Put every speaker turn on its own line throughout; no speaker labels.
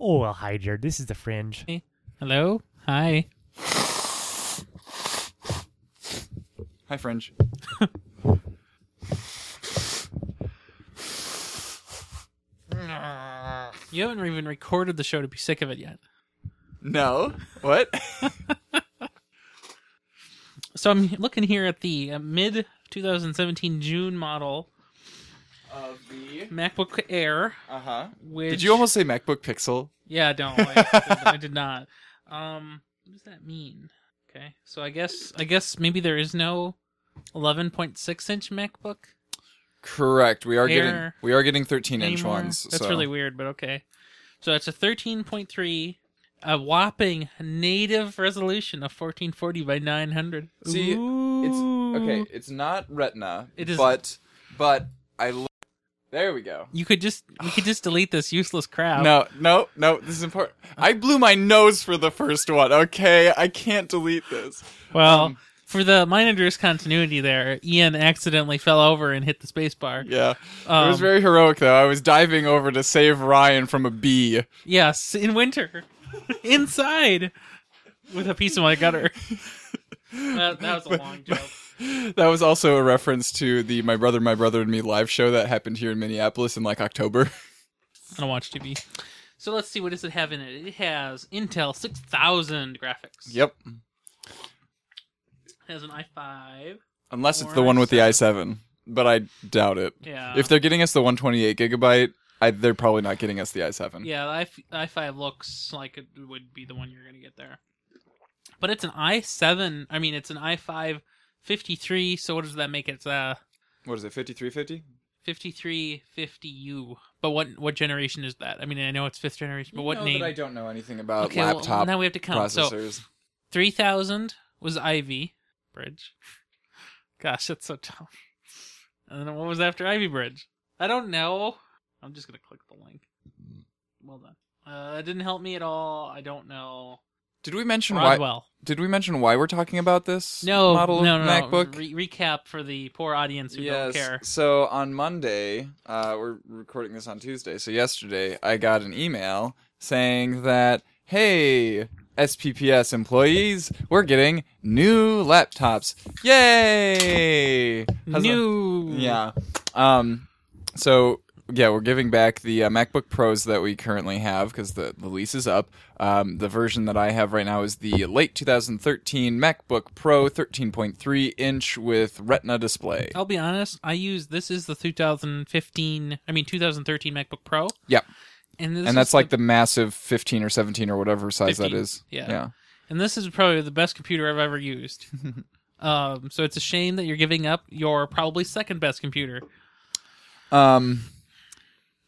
Oh, well, hi, Jared. This is the fringe.
Hello. Hi.
Hi, Fringe.
You haven't even recorded the show to be sick of it yet.
No. What?
So I'm looking here at the uh, mid 2017 June model
of the.
MacBook Air.
Uh huh.
Which
Did you almost say MacBook Pixel?
Yeah, don't. I, I did not. Um, what does that mean? Okay, so I guess I guess maybe there is no 11.6 inch MacBook
Correct. We are getting
Air.
we are getting 13 inch
anymore.
ones.
That's
so.
really weird, but okay. So it's a 13.3, a whopping native resolution of 1440 by 900.
See, It's
Ooh.
okay. It's not Retina.
It is-
But but I. Lo- there we go.
You could just you could just delete this useless crap.
No, no, no. This is important. I blew my nose for the first one. Okay, I can't delete this.
Well,
Um,
for the minor's continuity there, Ian accidentally fell over and hit the spacebar.
Yeah, it
Um,
was very heroic though. I was diving over to save Ryan from a bee.
Yes, in winter, inside, with a piece of my gutter. That, that was a long joke.
That was also a reference to the "My Brother, My Brother and Me" live show that happened here in Minneapolis in like October.
I don't watch TV. So let's see what does it have in it. It has Intel 6000 graphics.
Yep.
It has an i5.
Unless it's
Or
the one with the i7, but I doubt it.
Yeah.
If they're getting us the 128 gigabyte, I, they're probably not getting us the i7.
Yeah, the i i5 looks like it would be the one you're going to get there. But it's an i7. I mean, it's an i5 53. So what does that make it? It's uh, a
What is it? 5350?
5350U. But what what generation is that? I mean, I know it's fifth generation, but what name?
I don't know anything about
okay, well,
laptop
now we have to count. So
processors.
3000 was Ivy Bridge. Gosh, that's so dumb. And then what was after Ivy Bridge? I don't know. I'm just going to click the link. Well done. Uh, that didn't help me at all. I don't know.
Did we mention why?
Rodwell.
Did we mention why we're talking about this
No,
model
no,
of
no,
MacBook?
No. Re- recap for the poor audience who
yes.
don't care.
So on Monday, uh, we're recording this on Tuesday. So yesterday, I got an email saying that hey, SPPS employees, we're getting new laptops. Yay! Huzzah.
New.
Yeah. Um. So yeah, we're giving back the uh, MacBook Pros that we currently have because the the lease is up. Um, the version that I have right now is the late 2013 MacBook Pro 13.3 inch with Retina display.
I'll be honest. I use this is the 2015, I mean 2013 MacBook Pro.
Yep.
and this
and
is
that's like the massive 15 or 17 or whatever size
15,
that is.
yeah. and this is probably the best computer I've ever used. um, so it's a shame that you're giving up your probably second best computer.
Yeah. Um.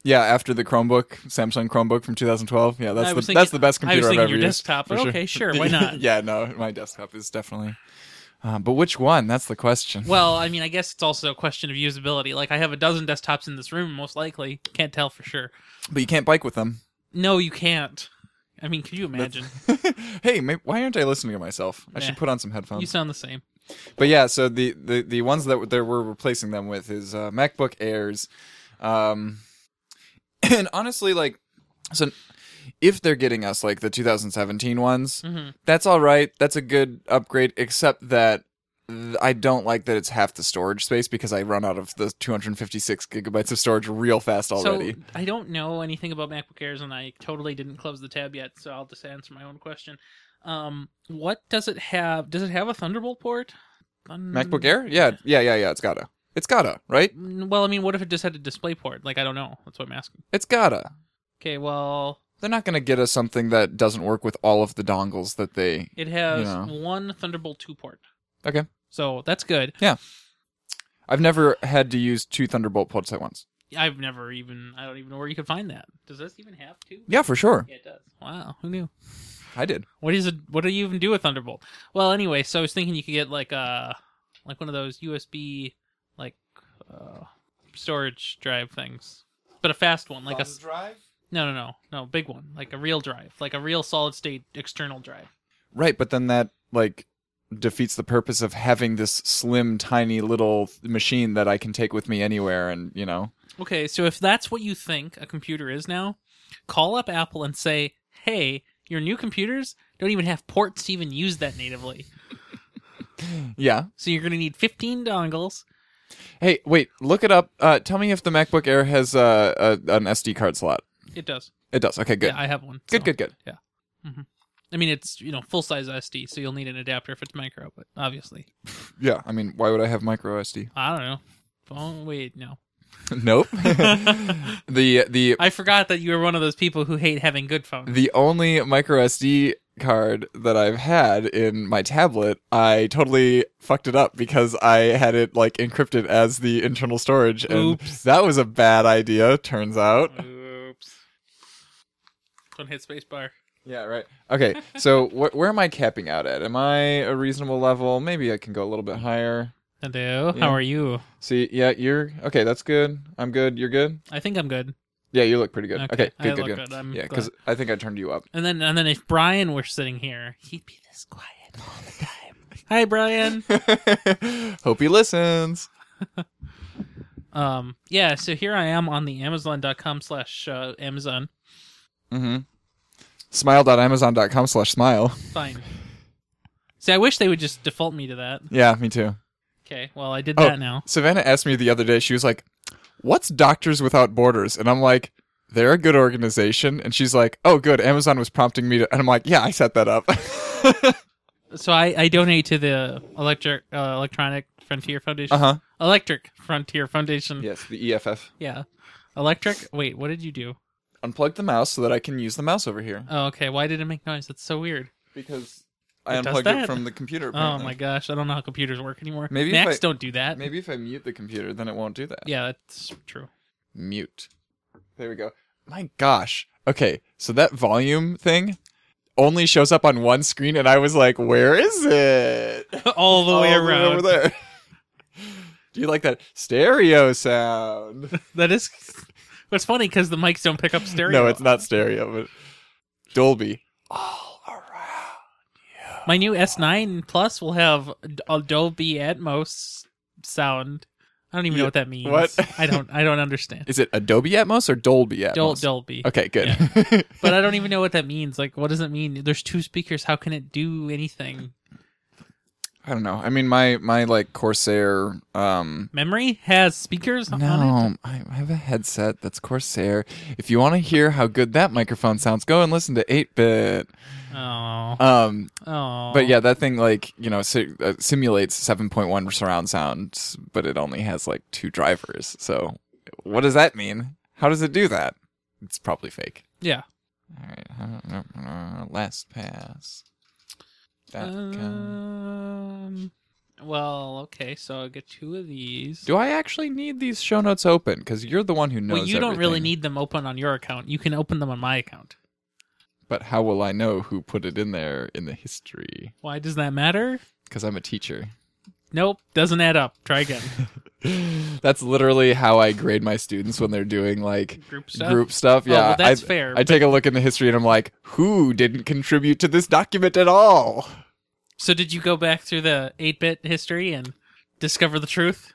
Yeah, after the Chromebook, Samsung Chromebook from 2012. Yeah, that's
I
the
was
that's
thinking-
the best
I was
computer I've
thinking
ever
your
used.
desktop,
for
but okay, sure, why not?
yeah, no, my desktop is definitely. Uh, but which one? That's the question.
Well, I mean, I guess it's also a question of usability. Like I have a dozen desktops in this room, most likely. Can't tell for sure.
But you can't bike with them.
No, you can't. I mean, could you imagine?
hey, may why aren't I listening to myself? I
Nah.
should put on some
You
headphones.
sound the same.
But yeah, so the, the, the ones that they were replacing them with is uh, MacBook Airs, um, and honestly, like, so if they're getting us like the 2017 ones,
Mhm.
that's all right. That's a good upgrade, except that. th- I don't like that it's half the storage space because I run out of the 256 gigabytes of storage real fast already.
So mm. I don't know anything about MacBook Airs, and I totally didn't close the tab yet, so I'll just answer my own question. Um, what does it have? Does it have a Thunderbolt port? Thun-
MacBook Air? Yeah, yeah, yeah, yeah. It's gotta. It's gotta, right?
Mm, Well, I mean, what if it just had a display port? Like, I don't know. That's what I'm asking.
It's gotta.
Okay, well,
They're not gonna get us something that doesn't work with all of the dongles that they.
it has
You
one Thunderbolt 2 port,
Okay.
so that's good.
I've never had to use two Thunderbolt ports at once.
I've never even, I don't even know where you could find that. Does this even have two?
Yeah, for sure.
Yeah, it does. Wow, who knew?
I did.
What is it? What do you even do with Thunderbolt? Well, anyway, so I was thinking you could get like a like one of those USB like uh, storage drive things, but a fast one, like a s-
drive.
no, no, no, no, big one, like a real drive, like a real solid state external drive.
Right, but then that like defeats the purpose of having this slim, tiny little th- machine that I can take with me anywhere, and you know.
Okay, so if that's what you think a computer is now, Call up Apple and say, "Hey, your new computers don't even have ports to even use that natively.
Yeah.
So you're going to need 15 dongles."
Hey, wait. Look it up. Uh, tell me if the MacBook Air has uh, a, an SD card slot.
It does.
It does. Okay, good.
Yeah, I have one.
good,
so-
good, good.
I mean, it's you know full size SD, so you'll need an adapter if it's micro. But obviously,
Yeah. I mean, why would I have micro SD?
I don't know. Oh wait, no.
nope. the the
I forgot that you were one of those people who hate having good phones.
the only micro SD card that I've had in my tablet, I totally fucked it up because I had it like encrypted as the internal storage, and
Oops.
that was a bad idea. Turns out.
Oops. Don't hit spacebar.
Yeah. Right. Okay. So wh- where am I capping out at? Am I a reasonable level? Maybe I can go a little bit higher.
Hello.
Yeah.
How are you?
See, yeah, you're okay. That's good. I'm good. You're good.
I think I'm good.
Yeah, you look pretty good. Okay,
I
good, good,
look
good.
good. I'm
Yeah,
glad.
because I think I turned you up.
And then and then if Brian were sitting here, he'd be this quiet all the time. Hi, Brian.
Hope he listens.
Um, yeah. So here I am on the Amazon.com slash uh, Amazon.
Mm-hmm. Smile.amazon.com slash smile.
Fine. See, I wish they would just default me to that.
Yeah, me too.
Okay. Well, I did
Oh.
that now.
Savannah asked me the other day, she was like, What's Doctors Without Borders? And I'm like, They're a good organization. And she's like, Oh, good. Amazon was prompting me to. And I'm like, Yeah, I set that up.
So I I donate to the electric uh, electronic frontier foundation.
uh huh.
Electric Frontier Foundation.
Yes, the E EFF.
Yeah. Electric. Wait, what did you do?
Unplug the mouse so that I can use the mouse over here
Oh, okay. Why did it make noise? That's so weird.
because I
It does
unplugged it
that?
from the computer.
Oh
Apparently.
my gosh, I don't know how computers work anymore.
Maybe if
Macs
I-
don't do that.
Maybe if I mute the computer, then it won't do that.
Yeah, that's true.
Mute. There we go. My gosh. Okay, so that volume thing only shows up on one screen, and I was like, where is it?
All the way
All the way
around.
over there. Do you like that stereo sound?
That is. What's funny because the mics don't pick up stereo.
No, it's not stereo, but Dolby. All around.
My new S9 Plus will have Adobe Atmos sound. I don't even
Yeah,
know what that means.
what?
I don't. I don't understand.
Is it Adobe Atmos or Dolby Atmos?
Dol- Dolby.
Okay, good.
But I don't even know what that means. Like, what does it mean? There's two speakers. How can it do anything?
I don't know. I mean, my my like Corsair um
Memory has speakers on it.
No, I have a headset that's Corsair. If you want to hear how good that microphone sounds, go and listen to 8-bit.
Oh.
Um,
Oh.
but yeah, that thing like, you know, si- uh, simulates 7.1 surround sound, but it only has like two drivers. So what does that mean? How does it do that? It's probably fake.
Yeah.
All right. uh, Last pass.
Uh, Um, well, okay, so I'll get two of these.
Do I actually need these show notes open? Because you're the one who knows.
well, you don't really
everything.
need them open on your account. You can open them on my account.
But how will I know who put it in there in the history?
Why does that matter?
because I'm a teacher.
Nope, doesn't add up. Try again.
That's literally how I grade my students when they're doing like
Group stuff?
group stuff.
Oh,
Yeah,
well, that's
I,
fair,
I take a look in the history and I'm like, who didn't contribute to this document at all?
so did you go back through the 8-bit history and discover the truth?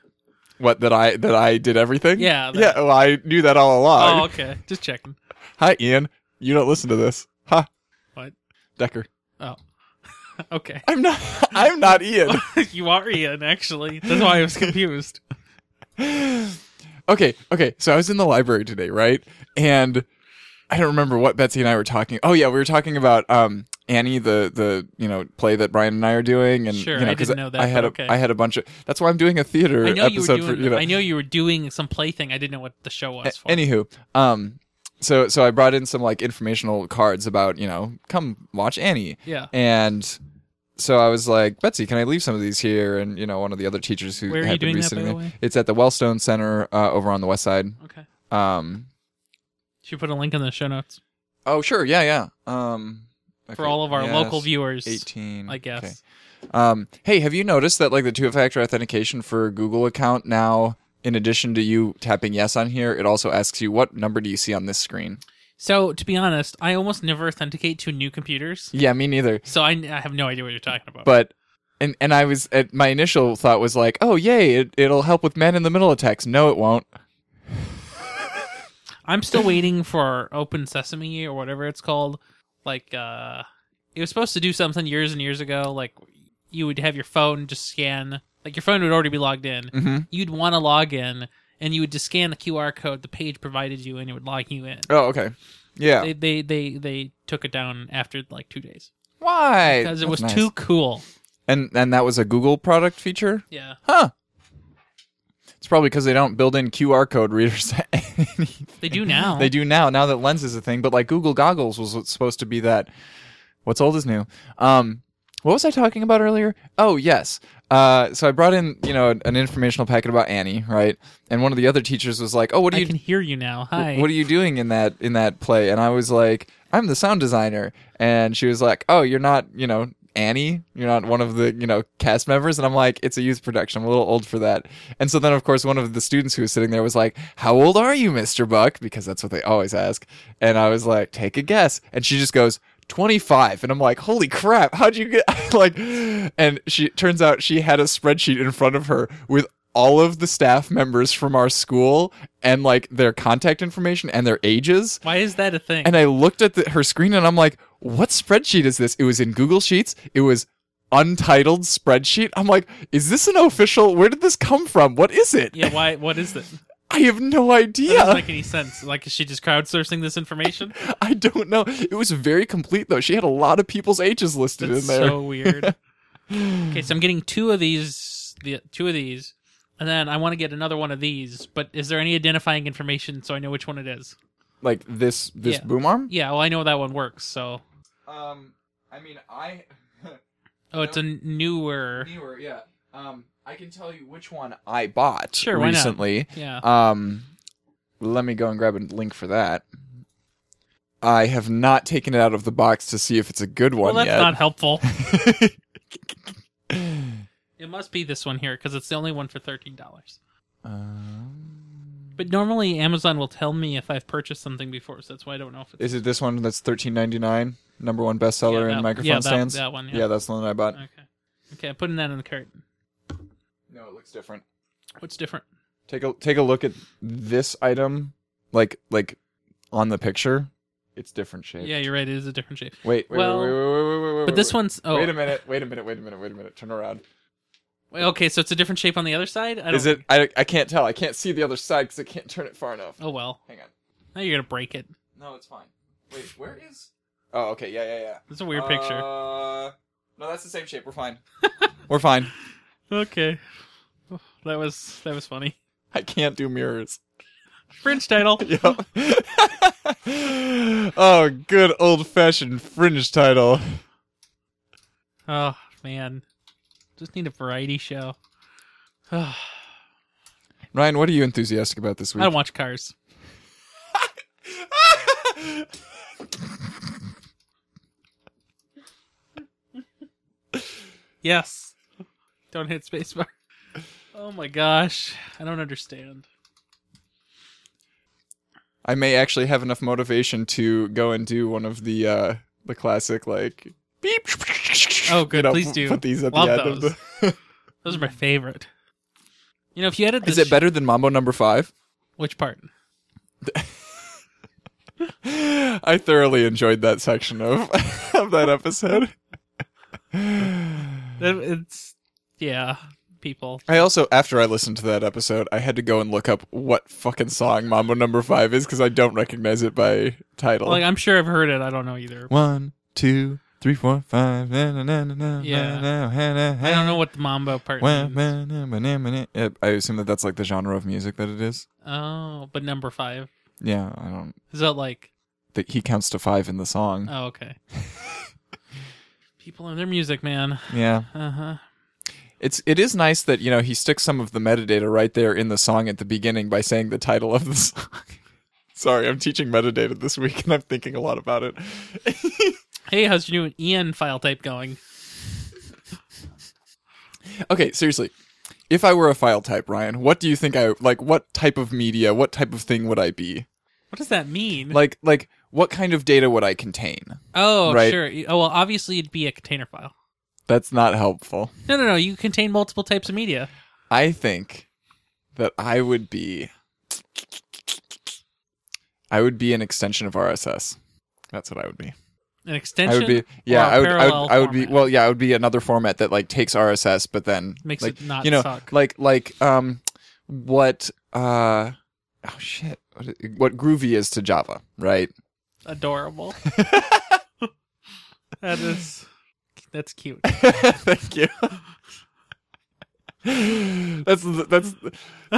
What that I that I did everything?
Yeah, that-
yeah. Well, I knew that all along.
Oh, okay. Just checking.
Hi, Ian. You don't listen to this, huh?
What?
Decker?
Oh. okay.
I'm not. I'm not Ian.
you are Ian, actually. That's why I was confused.
okay, okay. So I was in the library today, right? And I don't remember what Betsy and I were talking. Oh yeah, we were talking about um Annie, the the you know play that Brian and I are doing, and
Sure,
you know,
I
'cause
didn't know that,
I had a I
but okay.
had a bunch of. That's why I'm doing a theater
I know you were
episode
doing
for you know.
I know you were doing some plaything. I didn't know what the show was for.
Anywho, um, so so I brought in some like informational cards about you know come watch Annie,
yeah.
and so I was like, Betsy, can I leave some of these here? And you know, one of the other teachers who
Where are you
happened to
doing
be
that,
sitting
by the
there.
way?
It's at the Wellstone Center uh, over on the west side.
Okay.
Um,
Should we put a link in the show notes
oh sure, yeah, yeah. Um,
for
okay,
all of our
yes,
local viewers.
Eighteen,
I guess.
Okay. Um, hey, have you noticed that like the two-factor authentication for Google account now, in addition to you tapping yes on here, it also asks you what number do you see on this screen?
So to be honest, I almost never authenticate to new computers,
Yeah, me neither.
so I, I have no idea what you're talking about.
But and and I was at my initial thought was like, oh yay, it, it'll help with man in the middle attacks. No, it won't.
I'm still waiting for Open Sesame or whatever it's called. Like, uh, it was supposed to do something years and years ago. Like, you would have your phone just scan, like, your phone would already be logged in.
Mm-hmm.
You'd want to log in, and you would just scan the QR code the page provided you, and it would log you in.
Oh, okay. Yeah.
They, they, they, they took it down after like two days
Why?
because it was
That's nice.
too cool.
And and that was a Google product feature.
Yeah.
Huh. It's probably because they don't build in QR code readers. to anything.
They do now.
They do now. Now that Lens is a thing, but like Google Goggles was what's supposed to be that. What's old is new. Um, what was I talking about earlier? Oh yes. Uh, so I brought in you know an informational packet about Annie, right? And one of the other teachers was like, "Oh, what do
I
you
can hear you now. Hi.
"Wh- what are you doing in that in that play and i was like i'm the sound designer and she was like oh you're not you know annie you're not one of the you know cast members and i'm like it's a youth production i'm a little old for that and so then of course one of the students who was sitting there was like how old are you mr buck because that's what they always ask and i was like take a guess and she just goes 25 and i'm like holy crap how'd you get like and she turns out she had a spreadsheet in front of her with all of the staff members from our school and like their contact information and their ages.
Why is that a thing?
And I looked at the, her screen and I'm like, what spreadsheet is this? It was in Google Sheets. It was untitled spreadsheet. I'm like, is this an official? Where did this come from? What is it?
yeah. Why? What is that?
I have no
That doesn't
idea.
make any sense. Like, is she just crowdsourcing this information?
I don't know. It was very complete though. She had a lot of people's ages listed
That's
in there.
so weird. okay, so I'm getting two of these, the two of these, and then I want to get another one of these. But is there any identifying information so I know which one it is?
like this this
Yeah.
boom arm?
Yeah. Well, I know that one works. So,
Um I mean I
oh, it's a newer.
newer, yeah. Um I can tell you which one I bought
Sure, why not?
recently.
Yeah.
Um, let me go and grab a link for that. I have not taken it out of the box to see if it's a good
Well,
one
that's
yet.
not helpful. It must be this one here because it's the only one for thirteen dollars.
Um,
But normally Amazon will tell me if I've purchased something before, so that's why I don't know if it's
is it this one that's thirteen ninety nine? Number one bestseller
Yeah,
in
that-
microphone
yeah, that-
stands.
that one, yeah.
that's the one that I bought.
Okay. Okay, I'm putting that in the cart.
No, it looks different.
What's different?
Take a take a look at this item, like like on the picture. It's different shape.
Yeah, you're right. It is a different shape.
Wait, wait,
Well,
wait, wait, wait, wait, wait, wait.
But this one's oh,
Wait a minute. Wait a minute. Wait a minute. Wait a minute. Turn around.
wait, okay. So it's a different shape on the other side. I don't,
Is it? I I can't tell. I can't see the other side because I can't turn it far enough.
Oh well.
Hang on.
Now you're gonna break it.
No, it's fine. Wait, where is? Oh, okay, yeah, yeah, yeah.
It's a weird picture.
Uh, no, that's the same shape. We're fine. We're fine.
Okay. Oh, That was that was funny.
I can't do mirrors.
Fringe title.
Yep. oh, good old-fashioned fringe title.
Oh man, just need a variety show. I
Ryan, what are you enthusiastic about this week?
don't watch Cars. Yes. Don't hit spacebar. Oh my gosh, I don't understand.
I may actually have enough motivation to go and do one of the uh the classic like beep.
Oh, good,
you know,
please
p-
do.
Put these at
Love
the end
those.
of the.
Those are my favorite. You know, if you edit this,
Hmm. Is it better than Mambo Number Five?
Which part?
I thoroughly enjoyed that section of, of that episode.
That- It's yeah, people.
I also, after I listened to that episode, I had to go and look up what fucking song Mambo Number Five is because I don't recognize it by title.
Like I'm sure I've heard it. I don't know either.
One, two, three, four, five. Na, na, na, na, na,
Yeah.
na, na, na, na,
I don't know what the mambo part
Wa-
means.
ma- na- ma- na- ma- na. Yeah, I assume that that's like the genre of music that it is.
Oh, but number five
Yeah, I don't.
is that like?
That he counts to five in the song.
Oh, okay. people and their music, man.
Yeah.
Uh huh.
It's it is nice that you know he sticks some of the metadata right there in the song at the beginning by saying the title of the song. Sorry, I'm teaching metadata this week and I'm thinking a lot about it.
Hey, how's your new Ian file type going?
okay, seriously. If I were a file type, Ryan, what do you think I like what type of media, what type of thing would I be?
What does that mean?
Like like what kind of data would I contain?
oh,
right.
sure. Oh, well, obviously it'd be a container file.
That's not helpful.
No, no, no. You contain multiple types of media.
I think that I would be I would be an extension of RSS. That's what I would be.
An
I
extension
would be
or a
yeah, I would, I
parallel
would I would be
format?
well yeah, I would be another format that like takes RSS but then
makes
like,
it not
you know,
suck.
like like um what uh oh shit what, it- what groovy is to java right
Adorable. that is that's cute.
thank you that's the- that's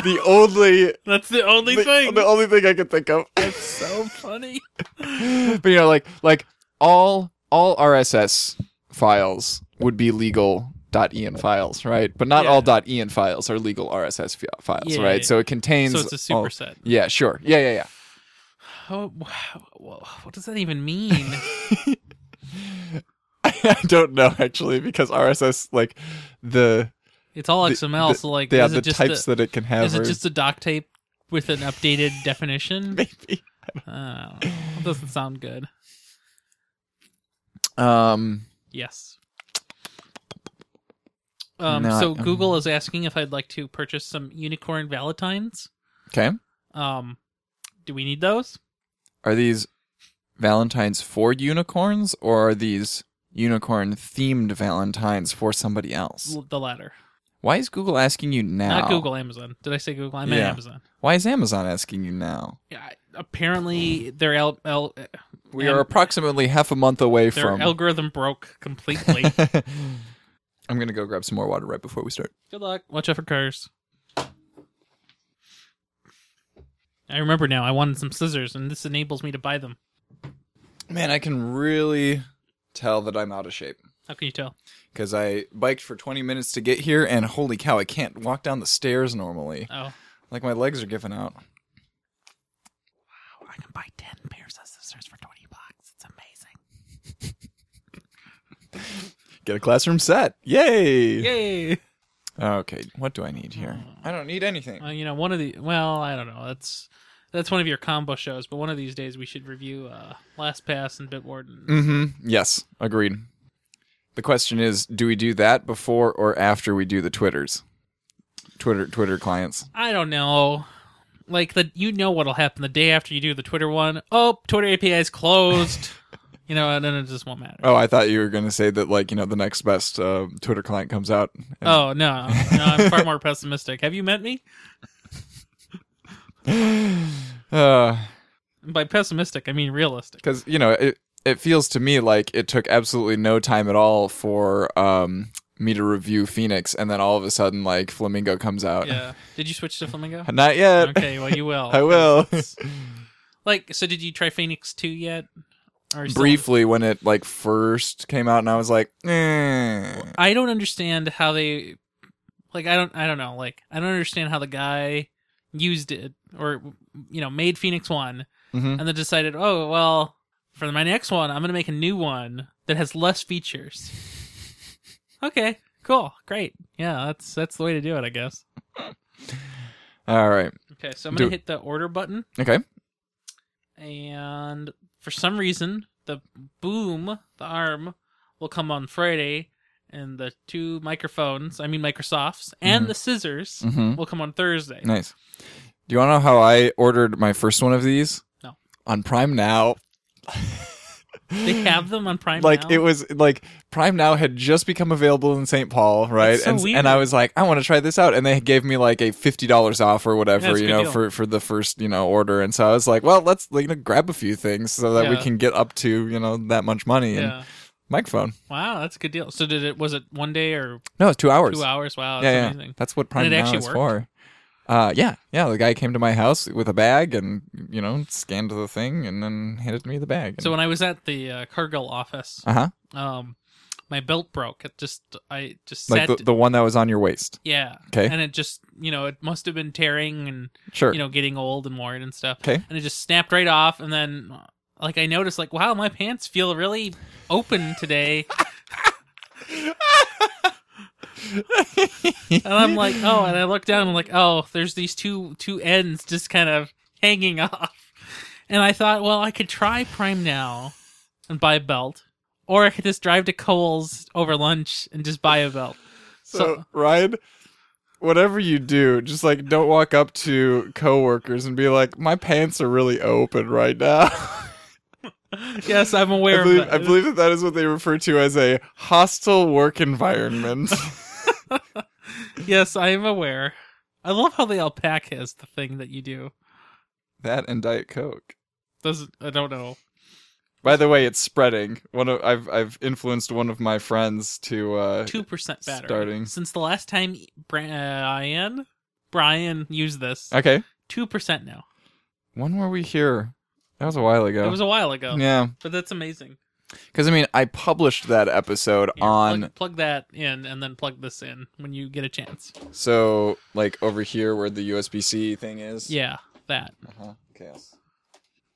the only
That's the only
the,
thing.
the only thing i could think of
That's so funny.
but you know like like all all rss files would be legal .en files right but not
Yeah.
all .en files are legal rss fi- files
Yeah,
right
yeah,
so it contains
So it's a
all-
superset.
yeah sure yeah yeah yeah
Oh, wow. Well, what does that even mean?
I don't know actually because RSS like the
It's all
The-
XML, so like,
yeah
is
the
it just
types
a,
that it can have
is
are
it just a doc tape with an updated definition?
maybe
Uh, that doesn't sound good.
um
Yes. Um,
No,
so
I- um,
Google is asking if I'd like to purchase some unicorn valentines.
okay
Um, do we need those?
are these Valentines for unicorns or are these unicorn themed Valentines for somebody else?
L- the latter.
Why is Google asking you now?
Not Google, Amazon. Did I say Google? I meant
Yeah.
Amazon.
Why is Amazon asking you now?
Yeah, I- apparently their al- al-
We
Am-
are approximately half a month away
their
from.
algorithm broke completely.
I'm gonna go grab some more water right before we start.
Good luck. Watch out for cars. I remember now. I wanted some scissors, and this enables me to buy them.
Man, I can really tell that I'm out of shape.
How can you tell?
because I biked for 20 minutes to get here, and holy cow, I can't walk down the stairs normally.
Oh,
Like my legs are giving out.
I can buy ten pairs of scissors for twenty bucks. It's amazing.
Get a classroom set, yay!
Yay!
Okay, what do I need here? I don't need anything.
Well, you know, one of the well, I don't know. That's that's one of your combo shows, but one of these days we should review uh, LastPass and Bitwarden.
Mm-hmm. Yes, agreed. The question is, do we do that before or after we do the Twitters? Twitter, Twitter clients.
I don't know. Like the you know what'll happen the day after you do the Twitter one. Oh, Twitter API is closed. you know, and then it just won't matter.
Oh, I thought you were gonna say that, like you know, the next best uh, Twitter client comes out. and-
Oh no, no, I'm far more pessimistic. Have you met me?
Uh,
And By pessimistic, I mean realistic.
because you know it it feels to me like it took absolutely no time at all for um me to review Phoenix, and then all of a sudden like Flamingo comes out.
Yeah. Did you switch to Flamingo?
Not yet.
Okay, well you will.
I will
Like, so did you try Phoenix Two yet? Or still-
briefly when it like first came out, and I was like, eh.
I don't understand how they, like, I don't, I don't know, like, I don't understand how the guy used it or you know made Phoenix One
Mhm.
and then decided, oh well, for my next one, I'm gonna make a new one that has less features. okay, cool, great, yeah, that's that's the way to do it, I guess.
all right,
Okay, so I'm gonna
Do-
hit the order button,
okay,
and for some reason, the boom, the arm, will come on Friday, and the two microphones, I mean Microsofts, and
Mhm.
the scissors
hmm
will come on Thursday.
nice. Do you want to know how I ordered my first one of these?
No.
On Prime Now.
They have them on Prime.
like
now?
it was like Prime Now had just become available in St. Paul, right?
That's so
and
weird.
and I was like, I want to try this out, and they gave me like a fifty dollars off or whatever,
That's a
you
good
know,
deal.
for for the first you know order. And so I was like, well, let's like, you know, grab a few things so that we
Yeah.
can get up to you know that much money and
Yeah.
microphone.
Wow, that's a good deal. So did it? Was it one day or
No, it's two hours.
two hours? Wow, that's
Yeah, yeah,
amazing.
that's what Prime
it
Now
actually
is
worked?
for. Uh, yeah, yeah. The guy came to my house with a bag and you know scanned the thing and then handed me the bag.
So when I was at the uh, Cargill office,
uh huh,
um, my belt broke. It just I just
like
sat.
the, the one that was on your waist.
yeah.
Okay.
And it just you know it must have been tearing and
Sure.
you know getting old and worn and stuff.
Okay.
And it just snapped right off. And then like I noticed like wow my pants feel really open today. And I'm like, oh, and I look down. I'm like, oh, there's these two two ends just kind of hanging off. And I thought, well, I could try Prime now and buy a belt, or I could just drive to Kohl's over lunch and just buy a belt.
So, Ryan, whatever you do, just like don't walk up to coworkers and be like, "My pants are really open right now."
yes, I'm aware
I believe,
of that.
I believe that that is what they refer to as a hostile work environment.
yes, I am aware. I love how the alpaca is the thing that you do.
that and Diet Coke.
Doesn't I don't know.
By the way, it's spreading. One of I've I've influenced one of my friends to uh,
Two percent battery.
Starting.
Since the last time Brian Brian used this,
Okay,
two percent now.
when were we here? That was a while ago.
It was a while ago,
yeah,
but that's amazing.
because I mean, I published that episode
Here,
on
plug, plug that in and then plug this in when you get a chance.
so like over here where the USB C thing is.
Yeah, that.
Uh-huh. Okay.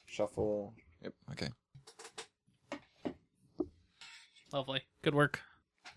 Shuffle. Yep. Okay.
Lovely. Good work.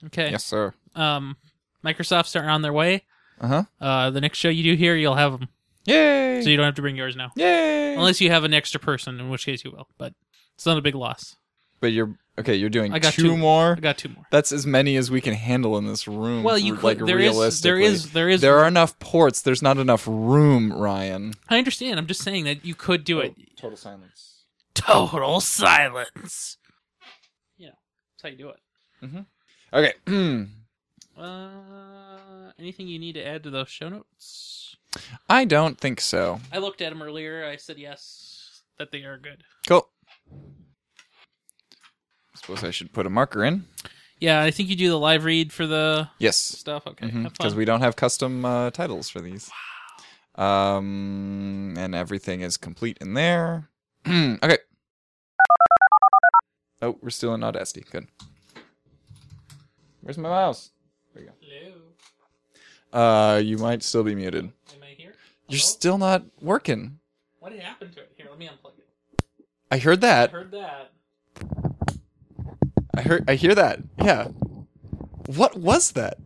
Okay.
Yes, sir.
Um, Microsoft's are on their way.
Uh huh.
Uh, the next show you do here, you'll have them,
Yay!
so you don't have to bring yours now,
Yay!
unless you have an extra person, in which case you will. But it's not a big loss.
but you're okay. You're doing
I got
two,
two.
more.
I got two more.
That's as many as we can handle in this room.
Well, you could.
r- Mm, like
there is. There
realistically.
is. There is.
There are enough ports. There's not enough room, Ryan.
I understand. I'm just saying that you could do it.
Oh, Total silence. Oh.
Total silence. You know, that's how you do it.
Okay.
Uh, anything you need to add to those show notes?
I don't think so.
I looked at them earlier. I said yes, that they are good.
Cool. Suppose I should put a marker in.
Yeah, I think you do the live read for the
Yes.
stuff. Okay,
because
have fun.
Mm-hmm, we don't have custom uh, titles for these. Um, and everything is complete in there. okay. Oh, we're still in Audacity. Good. Where's my mouse?
Hello,
Uh, you might still be muted.
am I here? Hello?
You're still not working.
What happened to it? Here, let me unplug it.
I heard
I
that.
heard that.
I heard. I hear that. Yeah. What was that?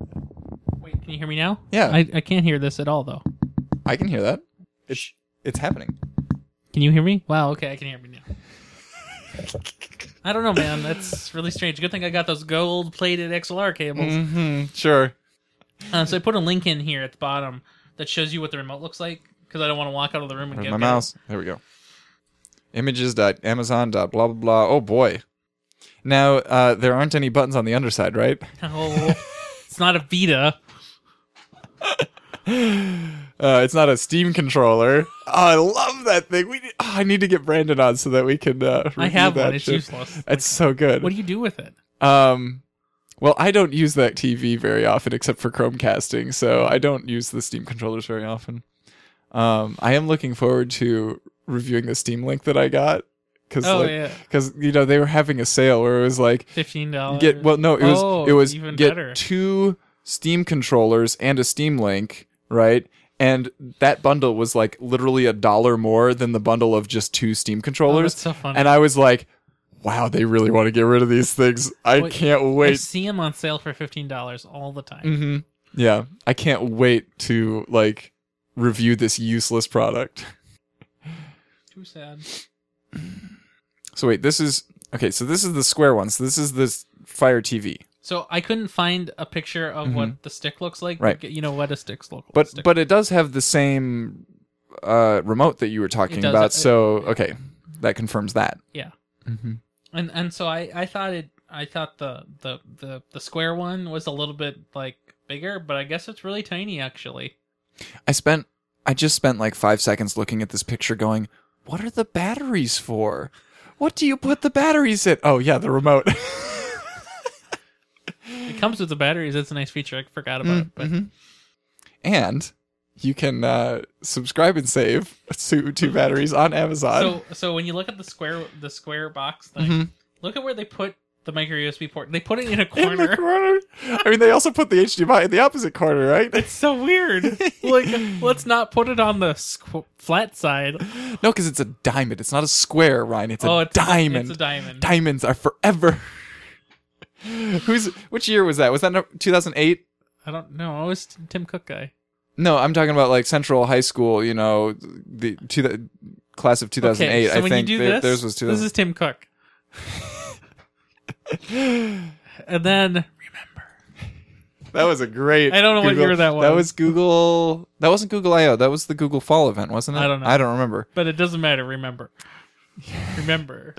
Wait, can you hear me now?
Yeah.
I, I can't hear this at all though.
I can hear that. It's it's happening.
Can you hear me? Wow. Okay, I can hear me now. I don't know, man. That's really strange. Good thing I got those gold-plated XLR cables.
Mm-hmm. Sure.
Uh, so I put a link in here at the bottom that shows you what the remote looks like because I don't want to walk out of the room and
Where's
get
my
it.
mouse? There we go. Images dot Amazon dot blah blah blah. Oh boy. Now uh, there aren't any buttons on the underside, right?
No, Oh, it's not a Vita.
Uh, it's not a Steam controller. Oh, I love that thing. We need, oh, I need to get Brandon on so that we can. Uh,
I
review
have
that
one. It's
shit.
useless.
It's so good.
What do you do with it?
Um, well, I don't use that TV very often, except for Chromecasting, so I don't use the Steam controllers very often. Um, I am looking forward to reviewing the Steam Link that I got because,
Oh yeah,
you know, they were having a sale where it was like
fifteen dollars.
get well, no, it was
Oh,
it was
even
get
better.
two Steam controllers and a Steam Link, right? And that bundle was like literally a dollar more than the bundle of just two Steam controllers.
Oh, so funny.
and I was like, wow, they really want to get rid of these things. I
Wait,
can't
I
wait
see them on sale for fifteen dollars all the time.
hmm Yeah, I can't wait to like review this useless product.
Too sad.
So wait, this is okay. So this is the square one. So this is this Fire TV.
So I couldn't find a picture of what the stick looks like.
Mm-hmm. Right.
You know what a stick's look.
But
stick-
but it does have the same uh, remote that you were talking
does,
about.
it-
so okay, that confirms that.
Yeah.
Mm-hmm.
and and so I I thought it I thought the the the the square one was a little bit like bigger, but I guess it's really tiny actually.
I spent I just spent like five seconds looking at this picture, going, "What are the batteries for? What do you put the batteries in? Oh yeah, the remote."
It comes with the batteries. That's a nice feature. I forgot about it, but
Mhm. And you can uh, subscribe and save to two batteries on Amazon.
so so when you look at the square the square box thing,
Mhm.
look at where they put the micro USB port. They put it in a
in the
corner.
corner. I mean, they also put the HDMI in the opposite corner, right?
it's so weird. like let's not put it on the squ- flat side.
No, because it's a diamond. It's not a square, Ryan. It's a
oh, it's
diamond.
It's a diamond.
Diamonds are forever. Who's? Which year was that? Was that 2008?
I don't know. I was Tim Cook guy.
No, I'm talking about like Central High School. You know, the to the class of 2008.
okay, so
I
when
think
you do
Their-
this,
theirs was
this
2000.
is Tim Cook. and then remember,
That was a great.
I don't know what
Google-
year that
That
was.
was Google. That wasn't Google I/O. That was the Google Fall event, wasn't it?
I don't know.
I don't remember.
But it doesn't matter. Remember. Remember.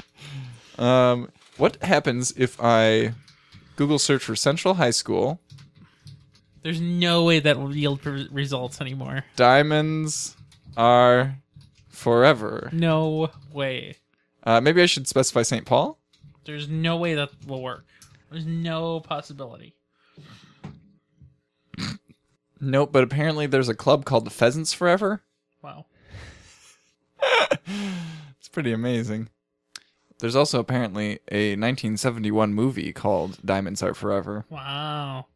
Um, what happens if I Google search for Central High School
There's no way that will yield pre- results anymore.
diamonds are forever?
No way.
Uh, maybe I should specify St. Paul.
There's no way that will work. There's no possibility.
Nope, but apparently there's a club called the Pheasants Forever.
Wow.
It's pretty amazing. There's also apparently a 1971 movie called Diamonds Are Forever.
Wow.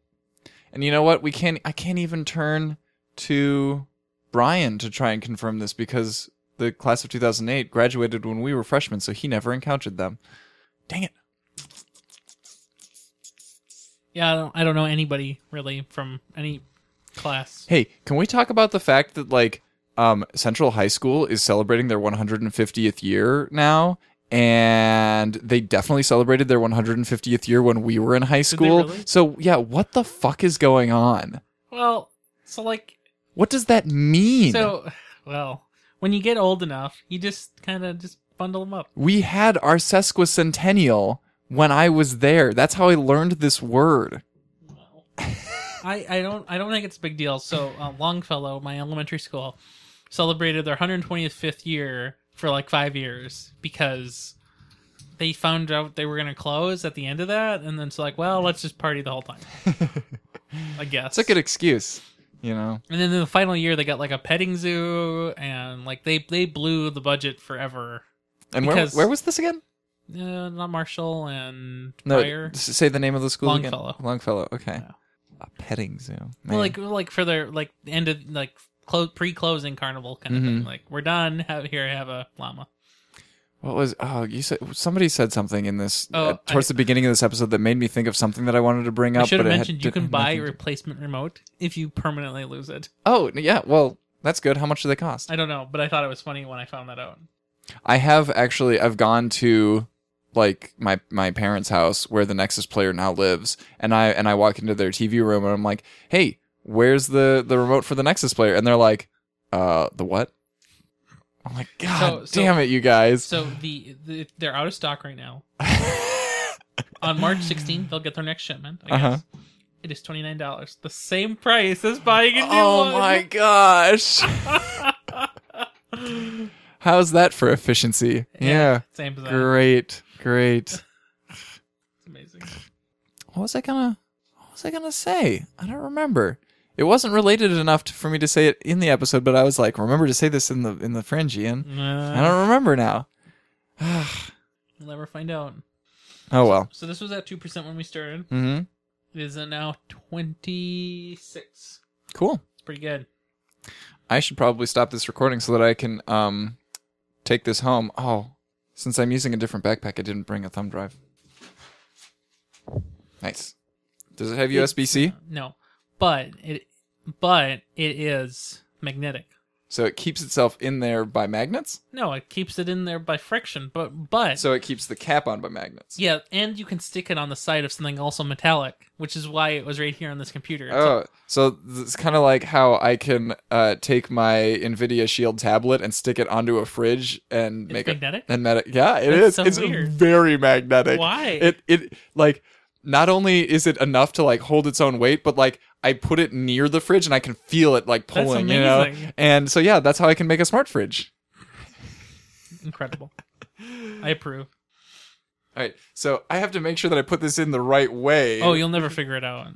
And you know what? We can't. I can't even turn to Brian to try and confirm this because the class of 2008 graduated when we were freshmen, so he never encountered them. Dang it!
Yeah, I don't, I don't know anybody really from any class.
Hey, can we talk about the fact that like um, Central High School is celebrating their 150th year now? And they definitely celebrated their 150th year when we were in high
they
school.
really?
So, yeah, what the fuck is going on?
Well, so like,
What does that mean?
so, well, when you get old enough, you just kind of just bundle them up.
We had our sesquicentennial when I was there. That's how I learned this word.
I, I don't I don't think it's a big deal. So uh, Longfellow, my elementary school, celebrated their 125th year for like five years because they found out they were gonna close at the end of that, and then it's like, well, let's just party the whole time. I guess.
It's a good excuse, you know.
and then in the final year, they got like a petting zoo, and like they they blew the budget forever.
And
Because-
where where was this again?
Uh, not Marshall and
No,
Pryor.
s- say the name of the school
Longfellow.
again. Longfellow. Okay.
Yeah.
A petting zoo.
Well,
man.
like like for their like end of like clo- pre-closing carnival kind of thing.
Mhm.
Like we're done. Have here have a llama.
what was? Oh, you said somebody said something in this
Oh,
uh, towards
I-
the beginning of this episode that made me think of something that I wanted to bring up.
I should have
but it had-
mentioned you
didn't
can
have
buy a
nothing to-
replacement remote if you permanently lose it.
Oh yeah. Well, that's good. How much do they cost?
I don't know, but I thought it was funny when I found that out.
I have actually I've gone to like my my parents' house where the Nexus player now lives and I and I walk into their TV room and I'm like, "Hey, where's the the remote for the Nexus player?" And they're like, "Uh, the what?" I'm like, "God
so-
damn it, you guys."
So the, the they're out of stock right now. On March 16th, they'll get their next shipment. I
Uh-huh.
guess it is twenty nine dollars, the same price as buying a new
oh
one.
my gosh. How's that for efficiency? Yeah.
same as that.
Great. Great.
It's amazing.
what was I gonna what was I gonna say? I don't remember. It wasn't related enough to, for me to say it in the episode, but I was like, remember to say this in the in the Frangian. I
Uh,
don't remember now.
we'll never find out.
Oh well.
So this was at two percent when we started.
Mm-hmm.
It is now twenty six.
Cool.
It's pretty good.
I should probably stop this recording so that I can um take this home. Oh, since I'm using a different backpack, I didn't bring a thumb drive. Nice. Does it have USB C?
No, but it but it is magnetic.
So it keeps itself in there by magnets.
No, it keeps it in there by friction, but but
So it keeps the cap on by magnets.
yeah, and you can stick it on the side of something also metallic, which is why it was right here on this computer. It's
Oh, so th- it's kind of like how I can uh, take my Nvidia Shield tablet and stick it onto a fridge and
It's
make
magnetic?
it and meta- yeah, it
That's
is.
so
it's
weird.
very magnetic.
Why?
It it like not only is it enough to like hold its own weight, but like I put it near the fridge and I can feel it like
That's
pulling, you know.
amazing.
And so yeah, that's how I can make a smart fridge.
incredible. I approve.
All right, so I have to make sure that I put this in the right way.
Oh, you'll never figure it out.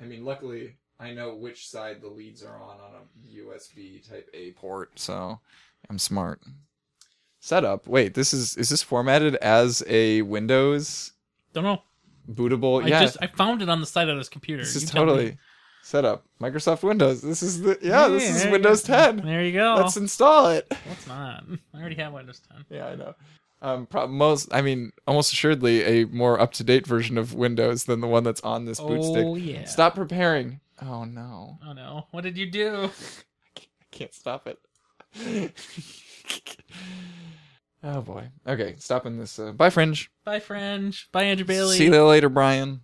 I mean, luckily, I know which side the leads are on on a USB Type A port, so I'm smart. Setup. Wait, this is is this formatted as a Windows
Don't know.
bootable?
I
yeah,
just I found it on the side of this computer.
this
You
is
tell me.
totally set up. Microsoft Windows. This is the yeah. this
Hey,
is
there you
Windows
go.
10.
There you go.
Let's install it.
What's not? I already have Windows 10.
Yeah, I know. Um, prob- most, I mean, almost assuredly, a more up to date version of Windows than the one that's on this boot
Oh
stick.
yeah.
Stop preparing. Oh no.
Oh no. What did you do?
I can't stop it. oh boy. Okay, stopping this. Uh, bye, Fringe.
Bye, Fringe. Bye, Andrew Bailey.
See you later, Brian.